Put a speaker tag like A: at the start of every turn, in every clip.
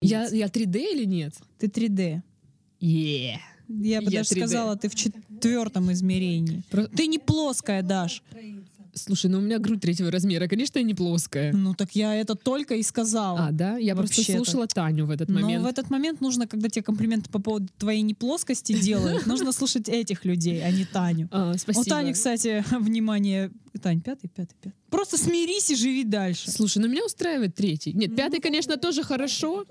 A: Я, я 3D или нет?
B: Ты 3D.
A: Yeah.
B: Я бы
A: Я
B: даже
A: 3D.
B: сказала, ты в четвертом измерении.
A: Про-
B: Ты не плоская, Даш.
A: Слушай, ну у меня грудь третьего размера, конечно, я не плоская.
B: Ну так я это только и сказала.
A: Э. А, да? Я просто
B: Вообще-то. Ну
A: слушала Таню в этот
B: Но
A: момент.
B: в этот момент нужно, когда тебе комплименты по поводу твоей неплоскости делают, нужно слушать этих людей, а не Таню.
A: А, спасибо.
B: У Тани, кстати, внимание... Тань, пятый, пятый, пятый. Просто смирись и живи дальше.
A: Слушай, ну меня устраивает третий.
B: Ну
A: Нет, пятый, конечно, тоже хорошо.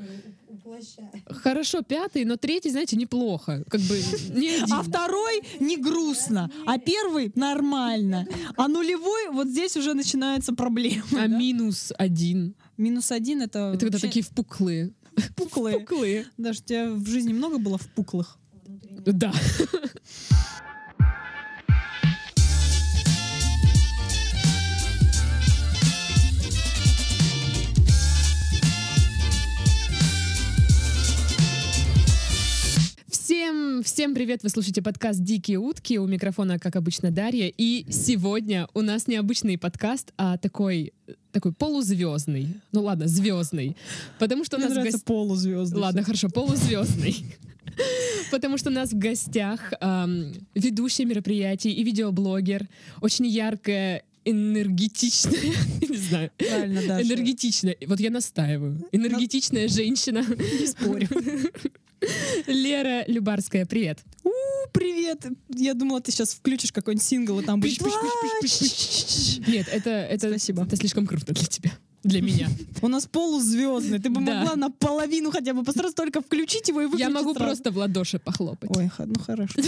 A: Хорошо, пятый, но третий, знаете, неплохо. Как бы не один.
B: А второй не грустно, а первый нормально. А нулевой, вот здесь уже начинаются проблемы.
A: А
B: да?
A: минус один.
B: Минус один это...
A: Это когда
B: вообще
A: такие впуклые.
B: пуклые.
A: Впуклые.
B: Даже у тебя в жизни много было в пуклах?
A: Да. Всем, всем привет! Вы слушаете подкаст «Дикие утки». У микрофона, как обычно, Дарья. И сегодня у нас необычный подкаст, а такой, такой полузвездный. Ну ладно, звездный. Потому что у
B: Мне
A: нас в
B: нравится
A: гостях...
B: полузвезды.
A: Ладно, хорошо, полузвездный. Потому что у нас в гостях ам, ведущая мероприятий и видеоблогер, очень яркая, энергетичная, не знаю,
B: Правильно, Даша.
A: энергетичная, вот я настаиваю, энергетичная женщина. Не спорю. Лера Любарская, привет.
B: У, Ну, Привет! Я думала, ты сейчас включишь какой-нибудь сингл, и там будет...
A: Нет, это, это,
B: Спасибо.
A: это слишком круто для тебя. Для меня.
B: У нас полузвездный. Ты бы
A: Да.
B: могла наполовину хотя бы постараться только включить его и выключить
A: Я могу
B: сразу.
A: просто в ладоши похлопать.
B: Ой, х- ну хорошо.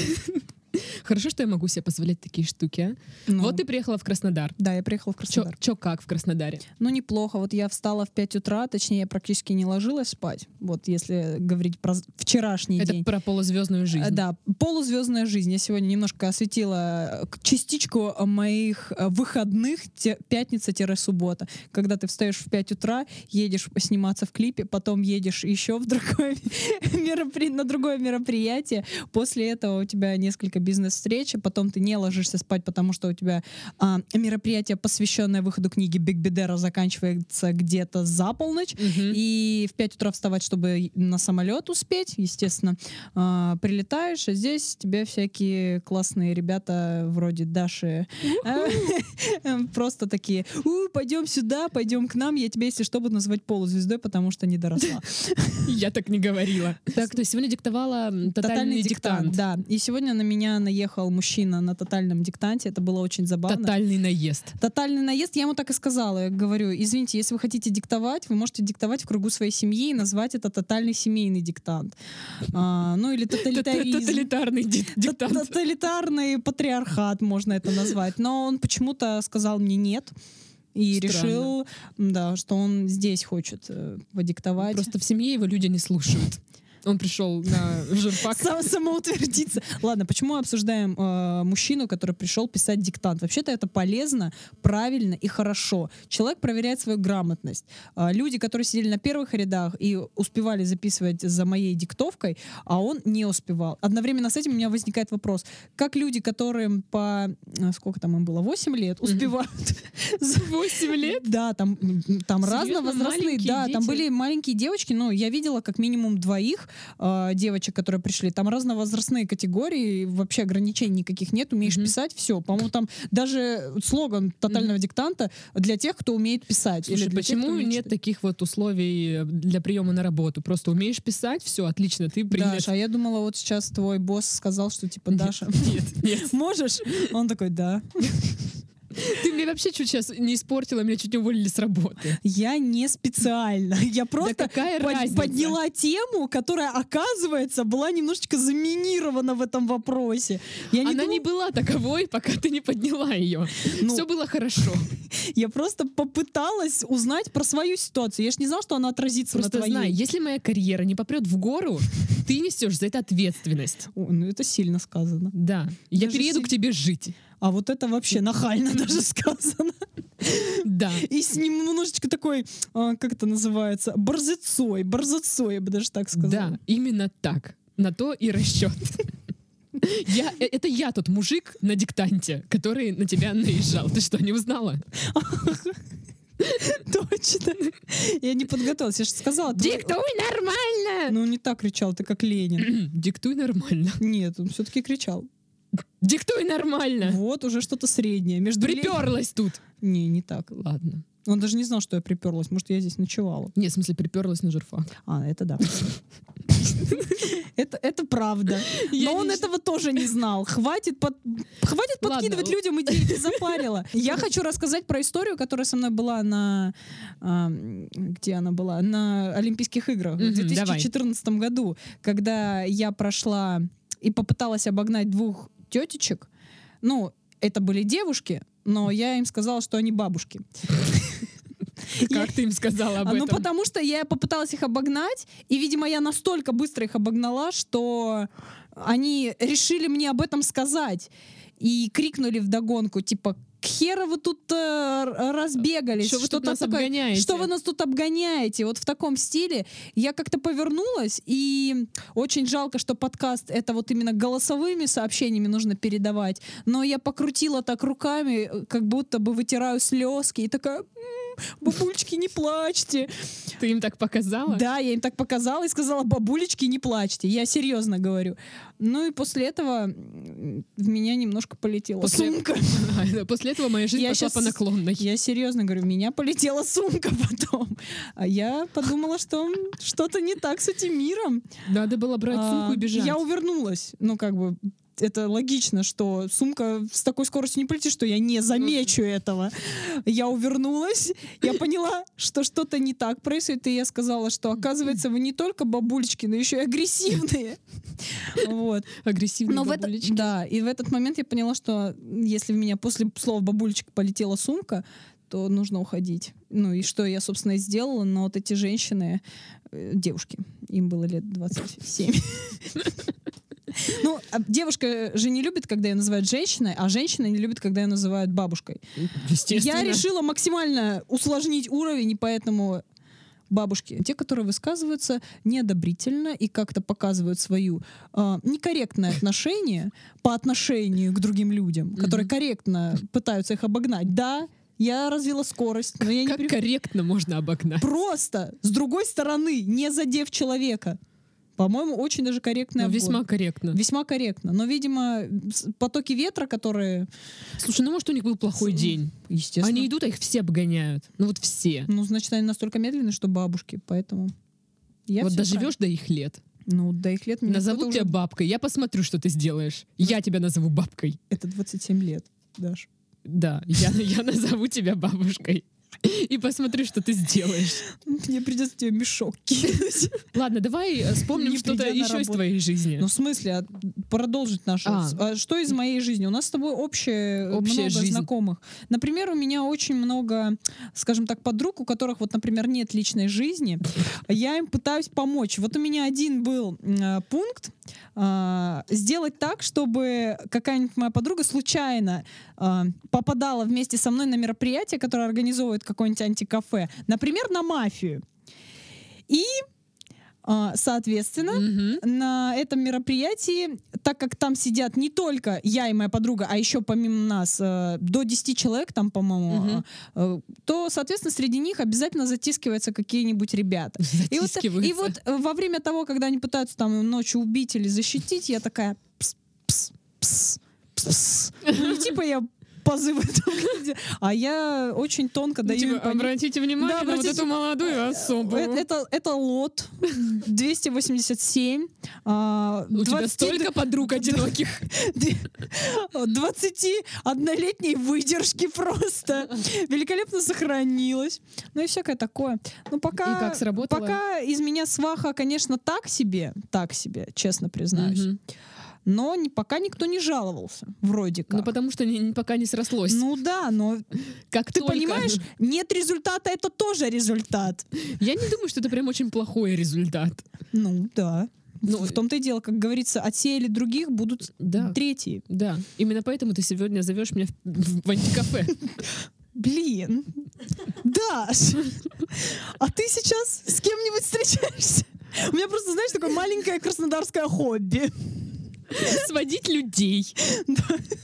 A: Хорошо, что я могу себе позволять такие штуки, а?
B: Ну,
A: Вот ты приехала в Краснодар.
B: Да, я приехала в
A: Чё,
B: Краснодар.
A: чё как в Краснодаре?
B: Ну, неплохо. Вот я встала в 5 утра, точнее, я практически не ложилась спать. Вот если говорить про з- вчерашний
A: Это
B: день.
A: про полузвездную жизнь.
B: Э, Да, полузвездная жизнь. Я сегодня немножко осветила э, к- частичку э, моих э, выходных, те- пятница-суббота, когда ты встаешь в 5 утра, едешь сниматься в клипе, потом едешь еще в другое меропри- на другое мероприятие, после этого у тебя несколько бизнес-встреч, а потом ты не ложишься спать, потому что у тебя а, мероприятие, посвященное выходу книги Биг Бедера, заканчивается где-то за полночь,
A: Мгм.
B: и в 5 утра вставать, чтобы на самолет успеть, естественно. А, прилетаешь, а здесь тебе всякие классные ребята вроде Даши. Э, Просто такие, пойдем сюда, пойдем к нам, я тебя, если что, буду называть полузвездой, потому что не доросла.
A: Я так не говорила. Так, то есть сегодня диктовала м, тотальный диктант.
B: Да, и сегодня на меня наехал мужчина на тотальном диктанте, это было очень забавно.
A: Тотальный наезд.
B: Тотальный наезд, я ему так и сказала. Я говорю, извините, если вы хотите диктовать, вы можете диктовать в кругу своей семьи и назвать это тотальный семейный диктант. А, ну или тоталитаризм.
A: Тоталитарный ди-
B: Тот-
A: диктант.
B: Тоталитарный патриархат можно это назвать. Но он почему-то сказал мне нет. И
A: Странно.
B: решил, м, да, что он здесь хочет э, подиктовать.
A: Просто в семье его люди не слушают. Он пришел на журфак.
B: Сам- самоутвердиться. Ладно, почему обсуждаем э, мужчину, который пришел писать диктант? Вообще-то это полезно, правильно и хорошо. Человек проверяет свою грамотность. А, люди, которые сидели на первых рядах и успевали записывать за моей диктовкой, а он не успевал. Одновременно с этим у меня возникает вопрос. Как люди, которым по... э, Сколько там им было? 8 лет успевают за-
A: 8 лет?
B: да, там, м, там
A: Серьезно,
B: разновозрастные,
A: маленькие
B: да, там
A: дети?
B: были маленькие девочки, но я видела как минимум двоих э, девочек, которые пришли. Там разновозрастные категории, вообще ограничений никаких нет, умеешь
A: Мгм.
B: писать, все. По-моему, там даже слоган тотального диктанта для тех, кто умеет писать. или
A: Слушай,
B: для тех, кто
A: почему
B: умеет
A: нет
B: читать.
A: таких вот условий э, для приема на работу? Просто умеешь писать, все, отлично, ты принят.
B: Даша, а я думала, вот сейчас твой босс сказал, что типа,
A: Нет,
B: Даша,
A: Нет, нет.
B: можешь? Он такой, да.
A: Ты мне вообще чуть сейчас не испортила, меня чуть не уволили с работы.
B: Я не специально. Я просто
A: да какая
B: под-
A: разница?
B: подняла тему, которая, оказывается, была немножечко заминирована в этом вопросе. Я не
A: Она
B: думала-
A: не была таковой, пока ты не подняла ее.
B: ну,
A: Все было хорошо.
B: Я просто попыталась узнать про свою ситуацию. Я ж не знала, что она отразится
A: Просто
B: на твоей.
A: знай, если моя карьера не попрет в гору, ты несешь за это ответственность.
B: О, ну это сильно сказано.
A: Да. Я
B: Даже
A: перееду
B: си-
A: к тебе жить.
B: А вот это вообще нахально даже сказано.
A: Да.
B: И с ним немножечко такой, а, как это называется, борзецой, борзецой, я бы даже так сказала.
A: Да, именно так. На то и расчет. Я, э, это я тот мужик на диктанте, который на тебя наезжал. Ты что, не узнала?
B: Точно. Я не подготовилась, я же сказала. ты-
A: нормально!
B: Ну, не так кричал, ты как Ленин.
A: Диктуй нормально.
B: Нет, он все-таки кричал.
A: Диктуй нормально!
B: Вот уже что-то среднее. Между Ленин-
A: Приперлась тут!
B: Не, не так.
A: Ладно.
B: Он даже не знал, что я приперлась. Может, я здесь ночевала.
A: Не, в смысле, приперлась на журфак.
B: А, это да. Это, это правда.
A: Я
B: Но он
A: не-
B: этого тоже не знал. Хватит, под- хватит
A: Ладно.
B: подкидывать людям идеи, ты запарила. ну. Я хочу рассказать про историю, которая со мной была на... а, где она была? На Олимпийских играх в
A: Мгм,
B: 2014 году, когда я прошла и попыталась обогнать двух тетечек. Ну, это были девушки, но я им сказала, что они бабушки.
A: Как ты им сказала об
B: А, Ну,
A: этом?
B: потому что я попыталась их обогнать, и, видимо, я настолько быстро их обогнала, что они решили мне об этом сказать. И крикнули вдогонку, типа, к хера вы тут э, р- разбегались,
A: Что вы тут
B: что-то
A: нас
B: такое,
A: обгоняете?
B: Что вы нас тут обгоняете? Вот в таком стиле я как-то повернулась, и очень жалко, что подкаст это вот именно голосовыми сообщениями нужно передавать, но я покрутила так руками, э, как будто бы вытираю слезки, и такая, «М, бабульчики, не плачьте.
A: Ты им так показала?
B: Да, я им так показала и сказала, бабулечки, не плачьте. Я серьезно говорю. Ну и после этого м, в меня немножко полетела
A: После-
B: сумка.
A: А, После этого моя жизнь
B: Я
A: пошла
B: щас-
A: по наклонной.
B: Я серьезно говорю, в меня полетела сумка потом. А я подумала, что м, что-то не так с этим миром.
A: Надо было брать сумку
B: А,
A: и бежать.
B: Я увернулась. Ну, как бы, это логично, что сумка с такой скоростью не полетит, что я не замечу этого. Я увернулась, я поняла, что что-то не так происходит, и я сказала, что, оказывается, вы не только бабулечки, но еще и агрессивные. Вот.
A: Агрессивный
B: Но в этот,
A: бабулечки.
B: да, и в этот момент я поняла, что если в меня после слова бабулечек полетела сумка, то нужно уходить. Ну и что я, собственно, и сделала, но вот эти женщины, э, девушки, им было лет 27. Ну, а девушка же не любит, когда ее называют женщиной, а женщина не любит, когда ее называют бабушкой.
A: Естественно.
B: Я решила максимально усложнить уровень, и поэтому бабушки, те, которые высказываются неодобрительно и как-то показывают свою а, некорректное отношение по отношению к другим людям, которые
A: Мгм.
B: корректно пытаются их обогнать. Да, я развила скорость, но я не
A: Как
B: при-
A: корректно можно обогнать?
B: просто с другой стороны, не задев человека. По-моему, очень даже корректная
A: Ну,
B: обгон.
A: весьма корректно.
B: Весьма корректно. Но, видимо, с- потоки ветра, которые...
A: Слушай, ну может у них был плохой
B: С-
A: день.
B: Естественно.
A: Они идут, а их все обгоняют. Ну вот все.
B: Ну, значит, они настолько медленны, что бабушки, поэтому... Я
A: вот
B: всё
A: доживешь до их лет.
B: правильно. Ну, до их лет меня
A: Назову
B: кто-то
A: тебя
B: уже- Ну.
A: бабкой. Я посмотрю, что ты сделаешь. Я тебя назову бабкой.
B: Это 27 лет, Даш.
A: Да, я, я назову тебя бабушкой. И посмотрю, что ты сделаешь.
B: Мне придется тебе мешок кинуть.
A: Ладно, давай э, вспомним
B: Не
A: что-то
B: придя на
A: еще из
B: работу.
A: твоей жизни.
B: Ну, в смысле, а, продолжить нашу...
A: А.
B: с- а, Что из моей жизни? У нас с тобой общее э,
A: Общая
B: много
A: жизнь.
B: знакомых. Например, у меня очень много, скажем так, подруг, у которых, вот, например, нет личной жизни. Я им пытаюсь помочь. Вот у меня один был м, а, пункт. а, Сделать так, чтобы какая-нибудь моя подруга случайно а, попадала вместе со мной на мероприятие, которое организовывает какое-нибудь антикафе. Например, на мафию. И, а, соответственно,
A: Мгм.
B: на этом мероприятии, так как там сидят не только я и моя подруга, а еще помимо нас э, до 10 человек там, по-моему,
A: Мгм.
B: э, э, то, соответственно, среди них обязательно затискиваются какие-нибудь ребята. И вот, и
A: Затискиваются.
B: вот э, во время того, когда они пытаются там ночью убить или защитить, я такая пс, пс, пс, пс, пс. Ну, не типа я позывы там, где- а я очень тонко
A: Ну,
B: даю
A: типа,
B: им понять-
A: обратите внимание
B: Да,
A: на вот
B: обратите-
A: эту молодую особу.
B: Э, Это, это лот 287. а,
A: У тебя
B: 20
A: столько подруг одиноких.
B: 21-летней выдержки просто. Великолепно сохранилось. Ну и всякое такое. Ну пока...
A: И как сработало?
B: Пока из меня сваха, конечно, так себе, так себе, честно признаюсь.
A: Мгм.
B: Но ни- пока никто не жаловался, вроде
A: Ну
B: как.
A: потому что не- не- пока не срослось.
B: Ну да, но
A: Как
B: ты
A: только-
B: понимаешь, нет результата, это тоже результат.
A: Я не думаю, что это прям очень плохой результат.
B: Ну да.
A: Ну,
B: Ну, в том-то и дело, как говорится, отсеяли других, будут
A: Да.
B: третьи.
A: Да. Именно поэтому ты сегодня зовешь меня в, в антикафе.
B: Блин. Даш, а ты сейчас с кем-нибудь встречаешься? У меня просто, знаешь, такое маленькое краснодарское хобби.
A: Сводить людей.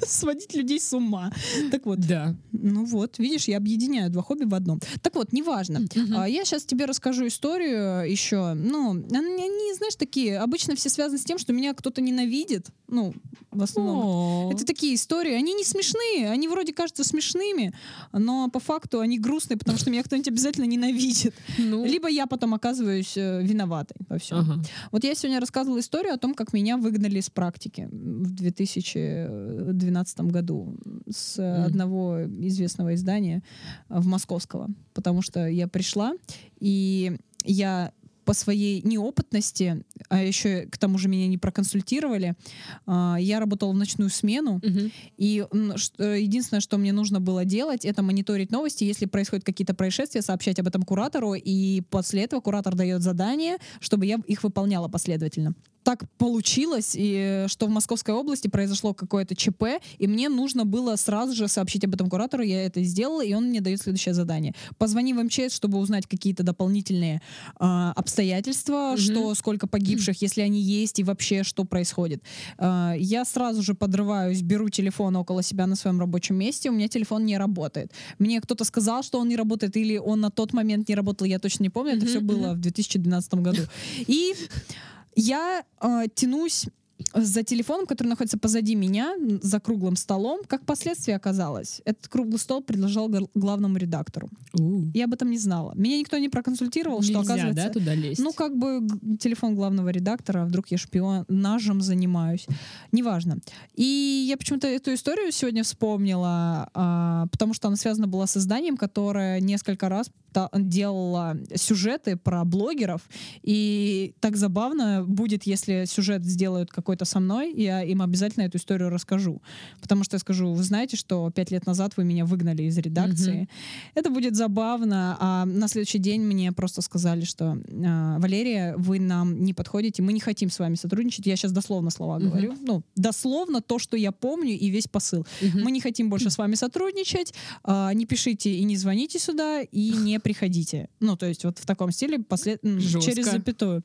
B: Сводить людей с ума. Так вот,
A: Да.
B: ну вот, видишь, я объединяю два хобби в одном. Так вот, неважно. А, Я сейчас тебе расскажу историю еще. Ну, они, они, знаешь, такие, обычно все связаны с тем, что меня кто-то ненавидит. Ну, в основном.
A: О.
B: Это такие истории. Они не смешные, они вроде кажутся смешными, но по факту они грустные, потому что меня кто-нибудь обязательно ненавидит.
A: Ну,
B: Либо я потом оказываюсь э, виноватой во всем.
A: ага.
B: Вот я сегодня рассказывала историю о том, как меня выгнали из практики в 2012 году с э,
A: Мгм.
B: одного известного издания э, в московского, потому что я пришла и я по своей неопытности, а еще к тому же меня не проконсультировали, а, я работала в ночную смену,
A: Мгм.
B: и м, ш- э, единственное, что мне нужно было делать, это мониторить новости. Если происходят какие-то происшествия, сообщать об этом куратору. И после этого куратор дает задание, чтобы я их выполняла последовательно. Так получилось, и, э, что в Московской области произошло какое-то ЧП, и мне нужно было сразу же сообщить об этом куратору. Я это сделала, и он мне дает следующее задание. Позвони в МЧС, чтобы узнать какие-то дополнительные а, обстоятельства,
A: Мгм.
B: что сколько погибших, если они есть, и вообще что происходит. А, Я сразу же подрываюсь, беру телефон около себя на своем рабочем месте, у меня телефон не работает. Мне кто-то сказал, что он не работает, или он на тот момент не работал, я точно не помню, это
A: Мгм,
B: все было в 2012 году. И я э, тянусь за телефоном, который находится позади меня, н- за круглым столом, как последствие оказалось, этот круглый стол предложил гл- главному редактору.
A: У.
B: Я об этом не знала. Меня никто не проконсультировал, что
A: Нельзя,
B: оказывается...
A: да, туда лезть?
B: Ну, как бы г- телефон главного редактора, а вдруг я шпионажем занимаюсь. Неважно. И я почему-то эту историю сегодня вспомнила, а, потому что она связана была с изданием, которое несколько раз та- делало сюжеты про блогеров. И так забавно будет, если сюжет сделают какой-то со мной, я им обязательно эту историю расскажу. Потому что я скажу, вы знаете, что пять лет назад вы меня выгнали из редакции, это будет забавно. А на следующий день мне просто сказали, что «А, Валерия, вы нам не подходите, мы не хотим с вами сотрудничать. Я сейчас дословно слова
A: Мгм.
B: говорю. Ну, дословно то, что я помню, и весь посыл.
A: Мгм.
B: Мы не хотим больше с вами сотрудничать. а, Не пишите и не звоните сюда, и не приходите. Ну, то есть, вот в таком стиле после- м,
A: Жёстко.
B: через запятую.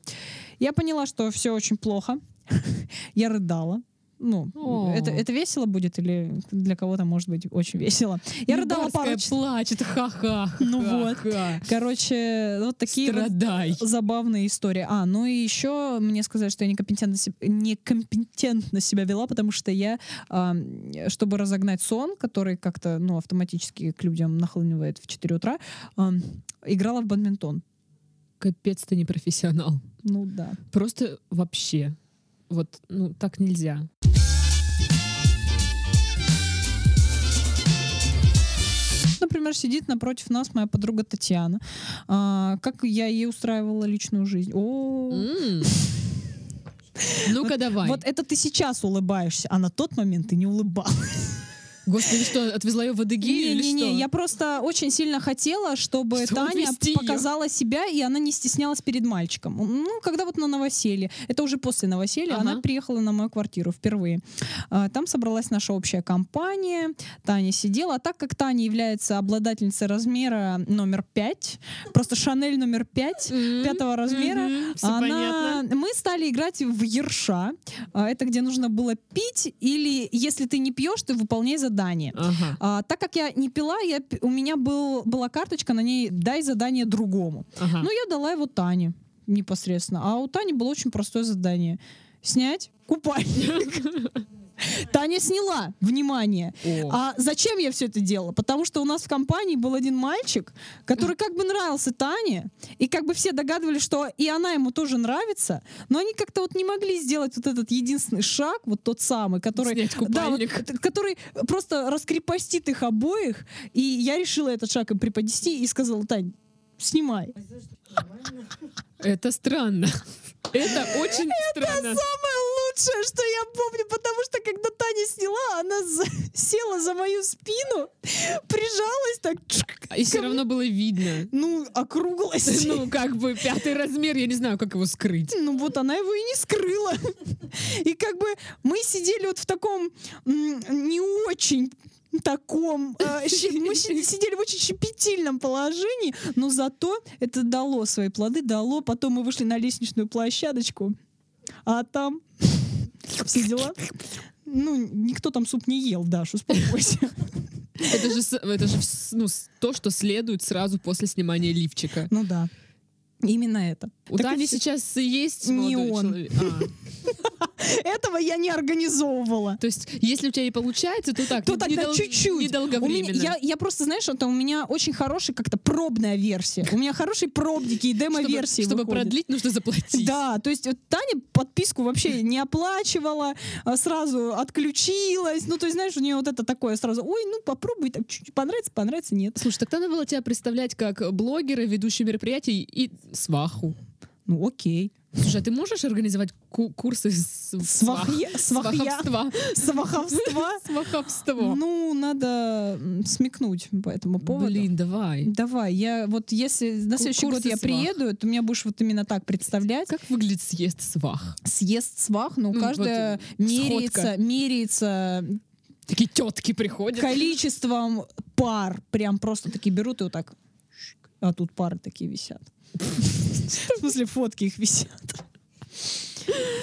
B: Я поняла, что все очень плохо. Я рыдала. Ну,
A: О.
B: это, это весело будет или для кого-то, может быть, очень весело. Я рыдала пару
A: Барская
B: часов.
A: плачет, ха-ха.
B: Ну вот.
A: ха-ха.
B: Короче, вот такие вот
A: Страдай.
B: забавные истории. А, ну и еще мне сказали, что я некомпетентно, се- некомпетентно себя вела, потому что я, а, чтобы разогнать сон, который как-то, ну, автоматически к людям нахлынивает в 4 утра, а, играла в бадминтон.
A: Капец, ты не профессионал.
B: Ну да.
A: Просто вообще. Вот, ну, так нельзя.
B: Например, сидит напротив нас моя подруга Татьяна. А, как я ей устраивала личную жизнь. О,
A: М. Ну-ка, давай.
B: вот это ты сейчас улыбаешься, а на тот момент ты не улыбалась.
A: Господи, что, отвезла ее в Адыгею или
B: не, не,
A: что?
B: я просто очень сильно хотела, чтобы
A: Что
B: Таня
A: отвести её?
B: показала себя, и она не стеснялась перед мальчиком. Ну, когда вот на новоселье, это уже после новоселья,
A: Ага.
B: она приехала на мою квартиру впервые. А, Там собралась наша общая компания, Таня сидела. А так как Таня является обладательницей размера номер 5, просто Шанель номер 5,
A: М,
B: пятого размера,
A: мгм, всё
B: она...
A: понятно.
B: Мы стали играть в ерша. А, Это где нужно было пить, или если ты не пьешь, ты выполняй задание.
A: Ага.
B: А, так как я не пила, я, пи- у меня был, была карточка, на ней дай задание другому.
A: ага.
B: Ну, я дала его Тане непосредственно. А у Тани было очень простое задание. Снять купальник. Таня сняла, внимание.
A: О.
B: А зачем я все это делала? Потому что у нас в компании был один мальчик, который как бы нравился Тане, и как бы все догадывались, что и она ему тоже нравится, но они как-то вот не могли сделать вот этот единственный шаг, вот тот самый, который
A: Снять
B: да, вот,
A: купальник.
B: т- который просто раскрепостит их обоих. И я решила этот шаг им преподнести и сказала, Тань, снимай.
A: Это странно. Это очень странно.
B: Самое лучшее, что я помню, потому что когда Таня сняла, она за- села за мою спину, прижалась так, чик,
A: И все равно было видно.
B: ну, округлась.
A: Ну, как бы пятый размер, я не знаю, как его скрыть.
B: Ну вот она его и не скрыла. И как бы мы сидели вот в таком м, не очень таком... э, щи- Мы си- сидели в очень щепетильном положении, но зато это дало свои плоды, дало. Потом мы вышли на лестничную площадочку, а там все дела. Ну, никто там суп не ел, Даш, успокойся.
A: Это же, с- это же с- ну, с- то, что следует сразу после снимания лифчика.
B: Ну да. Именно это.
A: У
B: Так и
A: Тани
B: всё.
A: сейчас и есть
B: Не
A: молодой
B: он.
A: человек. А,
B: Этого я не организовывала.
A: То есть, если у тебя и получается, то так,
B: То
A: не-
B: тогда
A: недол-
B: чуть-чуть. У меня-
A: Недолговременно.
B: я, я просто, знаешь, это у меня очень хорошая как-то пробная версия. У меня хорошие пробники и
A: чтобы,
B: демо-версии
A: чтобы
B: выходят.
A: продлить, нужно заплатить.
B: Да, то есть вот Таня подписку вообще не оплачивала, а сразу отключилась. Ну, то есть, знаешь, у нее вот это такое сразу, ой, ну попробуй, там чуть-чуть понравится, понравится, нет.
A: Слушай, тогда надо было тебя представлять как блогера, ведущую мероприятий и сваху.
B: Ну, окей.
A: Слушай, а ты можешь организовать ку- курсы с- свах-
B: Свахья, свахья,
A: сваховства?
B: сваховства.
A: Сваховство.
B: Ну, надо м, смекнуть по этому поводу.
A: Блин, давай.
B: Давай, я вот если на
A: Ку-
B: следующий год
A: курсы
B: я
A: свах.
B: приеду, ты меня будешь вот именно так представлять.
A: Как выглядит съезд свах?
B: Съезд свах, ну,
A: Ну,
B: каждая
A: вот, э,
B: меряется, меряется
A: Такие тетки приходят.
B: количеством пар. Прям просто такие берут и вот так. щик, А тут пары такие висят. В смысле, фотки их висят.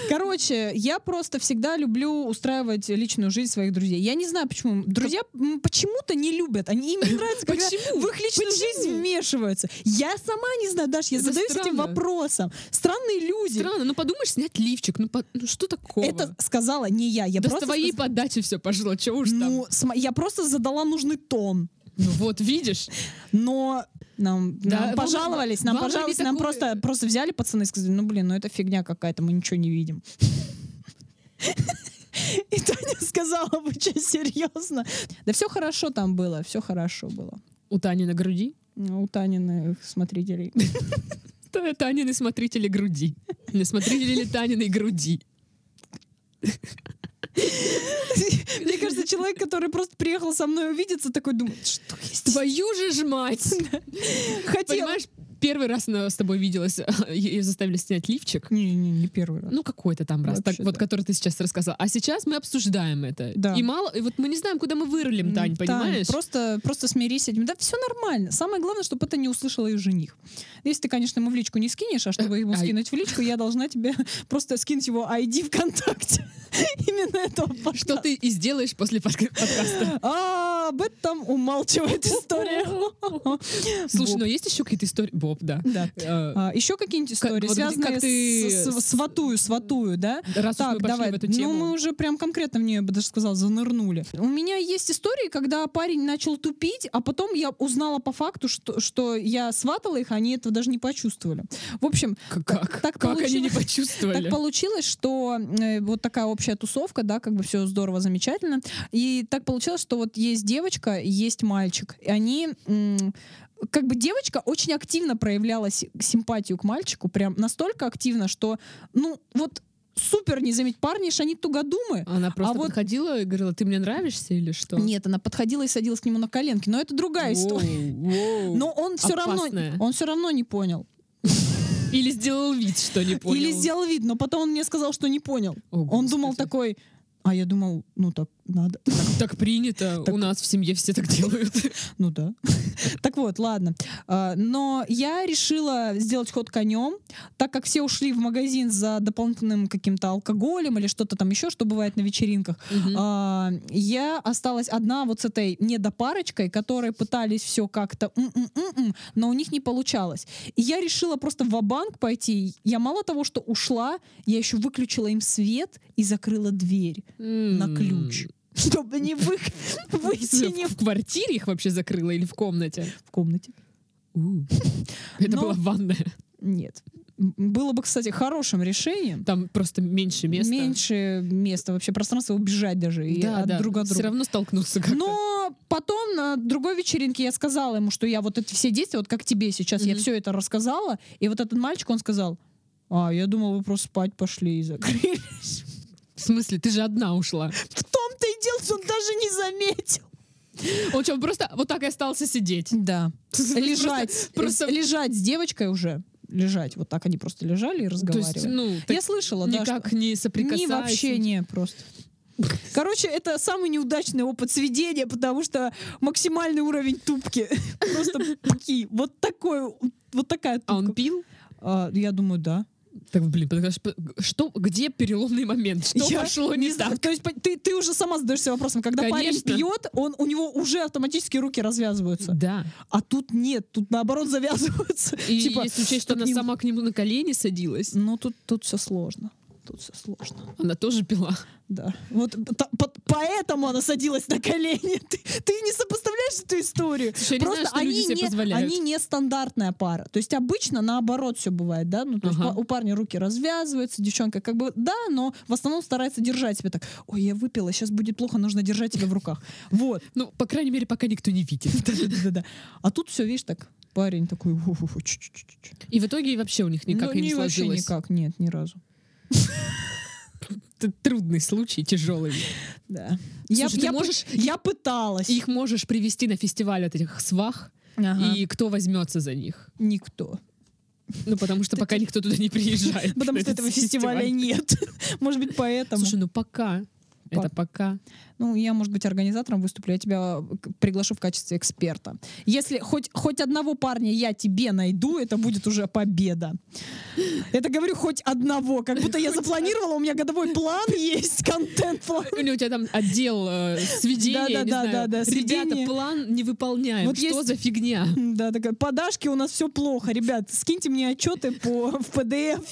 B: Короче, я просто всегда люблю устраивать личную жизнь своих друзей. Я не знаю, почему. Друзья м, почему-то не любят. Они им не нравится, когда
A: Почему?
B: в их личную
A: Почему?
B: жизнь вмешиваются. Я сама не знаю, Даш, я
A: Это
B: задаюсь этим
A: странно.
B: вопросом. Странные люди.
A: Странно, ну подумаешь, снять лифчик, ну, по- ну что такого?
B: Это сказала не я. Я
A: Да с
B: просто
A: твоей
B: сказ-
A: подачи все пошло, чего уж там.
B: ну, сма- я просто задала нужный тон.
A: Ну вот, видишь?
B: Но нам,
A: Да,
B: нам
A: вам-
B: пожаловались, нам
A: вам же не
B: пожаловались, нам
A: такое-
B: просто, просто взяли пацаны и сказали, ну блин, ну это фигня какая-то, мы ничего не видим. И Таня сказала, вы что, серьезно? Да все хорошо там было, все хорошо было.
A: У Тани на груди.
B: Ну, У Таниных смотрителей.
A: Та- Танины смотрители груди. Не смотрители ли Таниной груди.
B: Мне кажется, человек, который просто приехал со мной увидеться, такой думает, что есть?
A: Твою же ж мать!
B: Хотел.
A: Понимаешь, первый раз она с тобой виделась, а, ее заставили снять лифчик.
B: Не, не, не первый раз.
A: Ну, какой-то там раз, так,
B: Вообще,
A: вот
B: да.
A: который ты сейчас рассказал. А сейчас мы обсуждаем это.
B: Да.
A: И мало, и вот мы не знаем, куда мы вырулим,
B: М,
A: Тань,
B: Тань,
A: понимаешь?
B: просто, просто смирись с этим. Да, все нормально. Самое главное, чтобы это не услышал ее жених. Если ты, конечно, ему в личку не скинешь, а чтобы ему
A: Э, Ай.
B: скинуть в личку, я должна тебе просто скинуть его ID ВКонтакте. Именно этого
A: Что
B: подкаста.
A: ты и сделаешь после подка- подкаста.
B: А, об этом умалчивает история.
A: Слушай,
B: Боб.
A: но есть еще какие-то истории? Боб, да.
B: Да.
A: Э,
B: еще какие-нибудь
A: Как-
B: истории,
A: вот где- как
B: связанные
A: ты
B: с,
A: с-
B: с- сватую, сватую, да?
A: Раз уж мы
B: Так,
A: пошли
B: давай.
A: в эту
B: Ну, мы
A: тему.
B: уже прям конкретно в нее, я бы даже сказала, занырнули. У меня есть истории, когда парень начал тупить, а потом я узнала по факту, что, что я сватала их, а они этого даже не почувствовали. В общем,
A: К- Как?
B: так
A: Как они не
B: получилось-
A: почувствовали?
B: так получилось, что э, вот такая общая тусовка, да, как бы все здорово, замечательно. И так получилось, что вот есть девочка, и есть мальчик. И они м, как бы девочка очень активно проявляла си- симпатию к мальчику, прям настолько активно, что, ну, вот супер не заметить парни, ж они тугодумы.
A: Она просто
B: вот-
A: подходила и говорила, ты мне нравишься или что?
B: Нет, она подходила и садилась к нему на коленки, но это другая история. Но
A: Но...
B: он все равно,
A: Опасная.
B: он все равно не понял.
A: Или сделал вид, что не понял.
B: Или сделал вид, но потом он мне сказал, что не понял.
A: О,
B: Он думал
A: господи.
B: такой, а я думал, ну так надо.
A: Так принято,
B: Так-
A: у нас в семье все так делают.
B: Ну да. Так вот, ладно. А, Но я решила сделать ход конем, так как все ушли в магазин за дополнительным каким-то алкоголем или что-то там еще, что бывает на вечеринках. А, Я осталась одна вот с этой недопарочкой, которые пытались все как-то, м-м-м-м, но у них не получалось. И я решила просто в банк пойти. Я мало того, что ушла, я еще выключила им свет и закрыла дверь
A: М.
B: на ключ, чтобы не вы- выйти
A: Слушай,
B: не
A: В квартире их вообще закрыла или в комнате?
B: в комнате.
A: У. Это
B: Но-
A: была ванная.
B: Нет. М, Было бы, кстати, хорошим решением.
A: Там просто меньше места.
B: Меньше места, вообще пространства убежать даже и
A: Да,
B: от
A: да.
B: друг от
A: Все
B: друга.
A: равно столкнуться как-то.
B: Но потом на другой вечеринке я сказала ему, что я вот эти все действия, вот как тебе сейчас, я
A: Мгм.
B: все это рассказала, и вот этот мальчик, он сказал, а, я думал, вы просто спать пошли и закрыли.
A: В смысле, ты же одна ушла.
B: В том-то и дело, что он даже не заметил.
A: Он что, просто вот так и остался сидеть?
B: Да. Лежать. э,
A: Просто- просто-
B: Лежать с девочкой уже. Лежать. Вот так они просто лежали и
A: То есть,
B: разговаривали.
A: ну, так
B: Я слышала, да, что-
A: никак не соприкасаясь.
B: Не вообще не просто. Короче, это самый неудачный опыт сведения, потому что максимальный уровень тупки. Просто пки. Вот такой, вот такая
A: А он
B: тупка.
A: пил?
B: А, Я думаю, да.
A: Так, блин, потому что что, где переломный момент? Что
B: Я
A: пошло не
B: знаю.
A: так?
B: То есть по- ты, ты уже сама задаешься вопросом, когда парень
A: Конечно.
B: пьет, он, у него уже автоматически руки развязываются.
A: Да.
B: А тут нет, тут наоборот завязываются.
A: И
B: Типа,
A: если учесть, что
B: чтоб
A: она
B: не-
A: сама к нему на колени садилась,
B: Ну, тут, тут все сложно. Тут все сложно,
A: она тоже пила.
B: да. Вот та- по- поэтому она садилась на колени. Ты, ты не сопоставляешь эту историю.
A: Слушай, я не знаю,
B: Просто
A: что люди
B: они,
A: себе
B: не,
A: позволяют.
B: они не стандартная пара. То есть обычно наоборот все бывает, да? Ну, то есть
A: Ага.
B: па- у парня руки развязываются, девчонка как бы, да, но в основном старается держать себя так. Ой, я выпила, сейчас будет плохо, нужно держать тебя в руках. Вот.
A: Ну, по крайней мере, пока никто не видит.
B: Да-да-да. А тут все, видишь, так парень такой... «Фу-фу-фу, чу-чу-чу-чу».
A: И в итоге вообще у них никак
B: Ну,
A: и не
B: не, вообще
A: сложилось.
B: никак, нет, ни разу.
A: Это трудный случай, тяжелый.
B: Да. Я,
A: Слушай, ты
B: я, пы-
A: можешь-
B: я пыталась.
A: Их можешь привести на фестиваль от этих свах,
B: И
A: и кто возьмется за них?
B: никто.
A: Ну, потому что пока никто туда не приезжает.
B: Потому
A: на
B: что
A: этот
B: этого фестиваля
A: фестиваль.
B: нет. Может быть, поэтому.
A: Слушай, ну пока. Это пока.
B: Ну, я, может быть, организатором выступлю, я тебя э, к- приглашу в качестве эксперта. Если хоть, хоть одного парня я тебе найду, это будет уже победа. Это говорю хоть одного, как будто я запланировала, у меня годовой план есть, контент-план.
A: Или у тебя там отдел э, сведения, я не
B: Да-да-да,
A: знаю.
B: да-да,
A: Ребята,
B: сведения.
A: план не выполняем.
B: Вот
A: Что
B: есть-
A: за фигня?
B: Да, такая, подашки у нас все плохо, ребят, скиньте мне отчеты по, в PDF.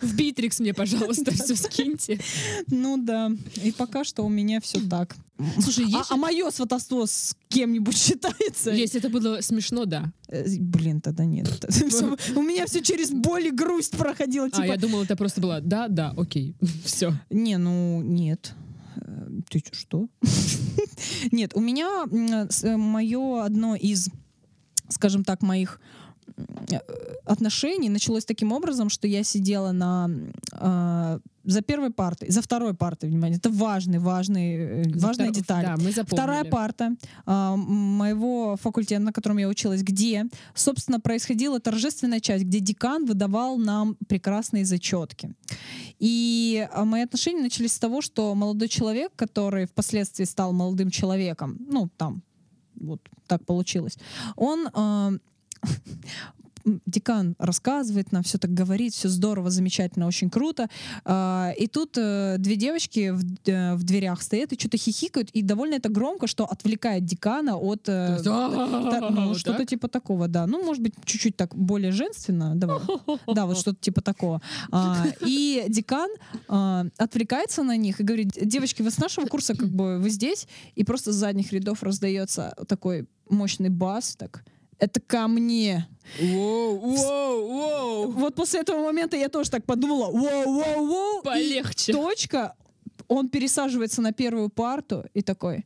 A: В Битрикс мне, пожалуйста, все скиньте.
B: Ну да, и пока что у меня все так.
A: Слушай,
B: А,
A: есть-
B: мое сватовство с кем-нибудь считается?
A: если это было смешно, да.
B: Э, Блин, тогда нет. Всё, У меня все через боль и грусть проходило.
A: А, я
B: Типа,
A: думала, это просто было да, да, окей, все.
B: не, ну нет. Э, Ты чё, что? Нет, у меня мое одно из, скажем так, моих м, э, отношений началось таким образом, что я сидела на э, за первой партой, за второй партой, внимание, это важный, важный, э, важная деталь.
A: Да, мы запомнили.
B: Вторая парта а, м, моего факультета, на котором я училась, где, собственно, происходила торжественная часть, где декан выдавал нам прекрасные зачетки. И а, мои отношения начались с того, что молодой человек, который впоследствии стал молодым человеком, ну, там, вот так получилось, он... а, м, Декан рассказывает нам, все так говорит, все здорово, замечательно, очень круто. А, И тут э, две девочки в, э, в дверях стоят и что-то хихикают, и довольно это громко, что отвлекает декана от... э, та-
A: Да,
B: ну,
A: вот
B: что-то
A: так.
B: типа такого, да. Ну, может быть, чуть-чуть так более женственно. Давай. Да, вот что-то типа такого. А, и декан а, отвлекается на них и говорит, девочки, вы с нашего курса как бы вы здесь, и просто с задних рядов раздается такой мощный бас, так, это ко мне.
A: Воу, воу, воу.
B: Вот после этого момента я тоже так подумала, воу-воу-воу, и
A: Полегче.
B: точка, он пересаживается на первую парту и такой...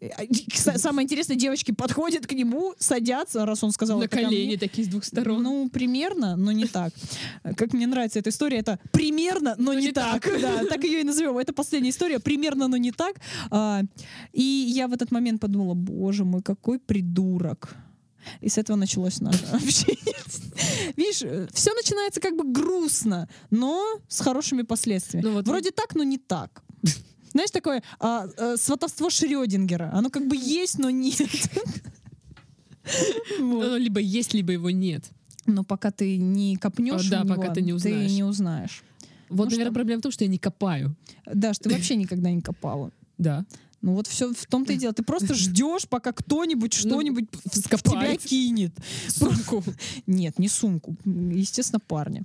B: э, кс- Самое интересное, девочки подходят к нему, садятся, раз он сказал
A: На
B: «это ко мне».
A: колени такие с двух сторон.
B: Ну, примерно, но не так. Как мне нравится эта история, это примерно, но, не,
A: не
B: так. Да, так ее и назовем. Это последняя история, примерно, но не так. А, и я в этот момент подумала, боже мой, какой придурок. И с этого началось наше общение. Видишь, все начинается как бы грустно, но с хорошими последствиями.
A: Ну вот
B: Вроде так, но не так. Знаешь, такое а, э, сватовство Шрёдингера. Оно как бы есть, но нет. Вот.
A: Оно Э, либо есть, либо его нет.
B: Но пока ты не копнешь,
A: А, да, пока ты не узнаешь.
B: не узнаешь.
A: Вот,
B: Ну
A: наверное,
B: что?
A: проблема в том, что я не копаю.
B: Даш, ты вообще никогда не копала.
A: Да.
B: Ну вот все в том-то и дело. Ты просто ждешь, пока кто-нибудь
A: Ну,
B: что-нибудь в тебя
A: скопает.
B: кинет.
A: Сумку.
B: Нет, не сумку. Естественно, парня.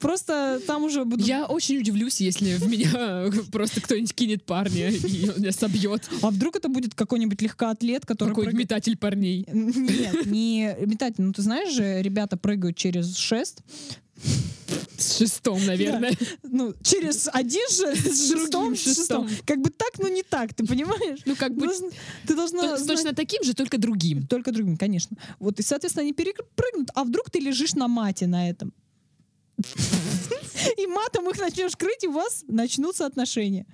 B: Просто там уже будут...
A: Я очень удивлюсь, если в меня просто кто-нибудь кинет парня и он меня собьет.
B: А вдруг это будет какой-нибудь легкоатлет, который...
A: Какой-нибудь
B: прыг-
A: метатель парней.
B: Нет, не метатель. Ну ты знаешь же, ребята прыгают через шест.
A: С шестом, наверное.
B: Ну, через один шест, с шестом,
A: другим
B: с шестом.
A: шестом.
B: Как бы так, но не так, ты понимаешь?
A: Ну, как бы
B: Должна- ты должна
A: то- с
B: знать-
A: точно таким же, только другим.
B: только другим, конечно. Вот и, соответственно, они перепрыгнут, а вдруг ты лежишь на мате на этом. И матом их начнешь крыть, и у вас начнутся отношения.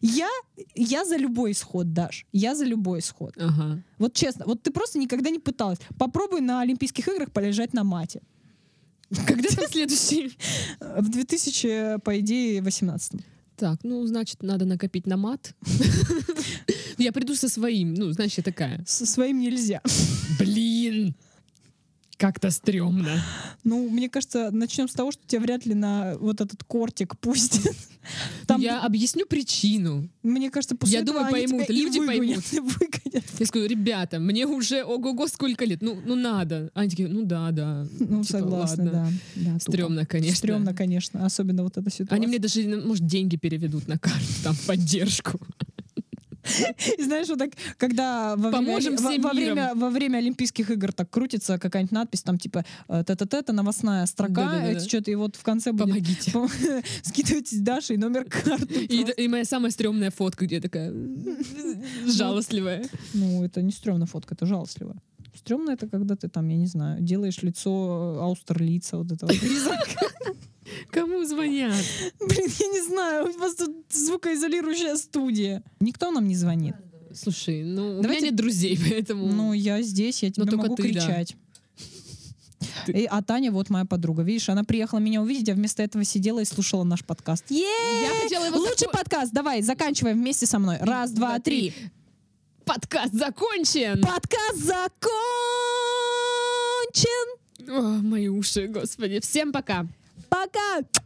B: Я, я за любой исход, Даш. Я за любой исход.
A: Ага.
B: Вот честно, вот ты просто никогда не пыталась. Попробуй на Олимпийских играх полежать на мате.
A: Когда там следующий?
B: Э, В 2000, по идее, 18
A: Так, ну, значит, надо накопить на мат. Я приду со своим. Ну, значит, я такая.
B: Со своим нельзя.
A: Блин! Как-то стрёмно.
B: Ну, мне кажется, начнем с того, что тебя вряд ли на вот этот кортик пустят. Там,
A: Я объясню причину.
B: мне кажется, после
A: Я
B: этого
A: думаю,
B: они
A: поймут,
B: тебя и
A: люди
B: выгонят, выгонят.
A: Я скажу, ребята, мне уже ого-го сколько лет. Ну, ну надо. Они такие, ну да, да.
B: Ну,
A: Типа,
B: согласна,
A: ладно.
B: да. да. тупо.
A: Стрёмно, конечно.
B: Стрёмно, конечно. Особенно вот эта ситуация.
A: Они мне даже, ну, может, деньги переведут на карту, там, в поддержку.
B: И знаешь, вот так, когда во время,
A: Поможем
B: во,
A: всем
B: во
A: миром.
B: время, во время Олимпийских игр так крутится какая-нибудь надпись, там типа э, тета-тета, новостная строка,
A: Да-да-да-да.
B: это что-то, и вот в конце будет
A: Помогите.
B: пом- скидывайтесь Дашей номер карты.
A: И, и моя самая стрёмная фотка, где я такая жалостливая.
B: Ну, это не стрёмная фотка, это жалостливо. Стрёмно это, когда ты там, я не знаю, делаешь лицо э, аустерлица вот этого.
A: Кому звонят?
B: Блин, я не знаю, у вас тут звукоизолирующая студия. Никто нам не звонит.
A: Слушай, ну, у меня
B: Давайте-
A: нет друзей, поэтому...
B: Ну, я здесь, я тебе
A: только
B: могу
A: ты, да.
B: кричать.
A: Ты-
B: И- а Таня вот моя подруга. Видишь, она приехала меня увидеть, а вместо этого сидела и слушала наш подкаст. Е!
A: я хотела его...
B: Лучший
A: зако-
B: подкаст! Давай, заканчиваем вместе со мной. Раз, два, три.
A: Подкаст закончен!
B: Подкаст закончен!
A: О, мои уши, господи. Всем пока!
B: Пока!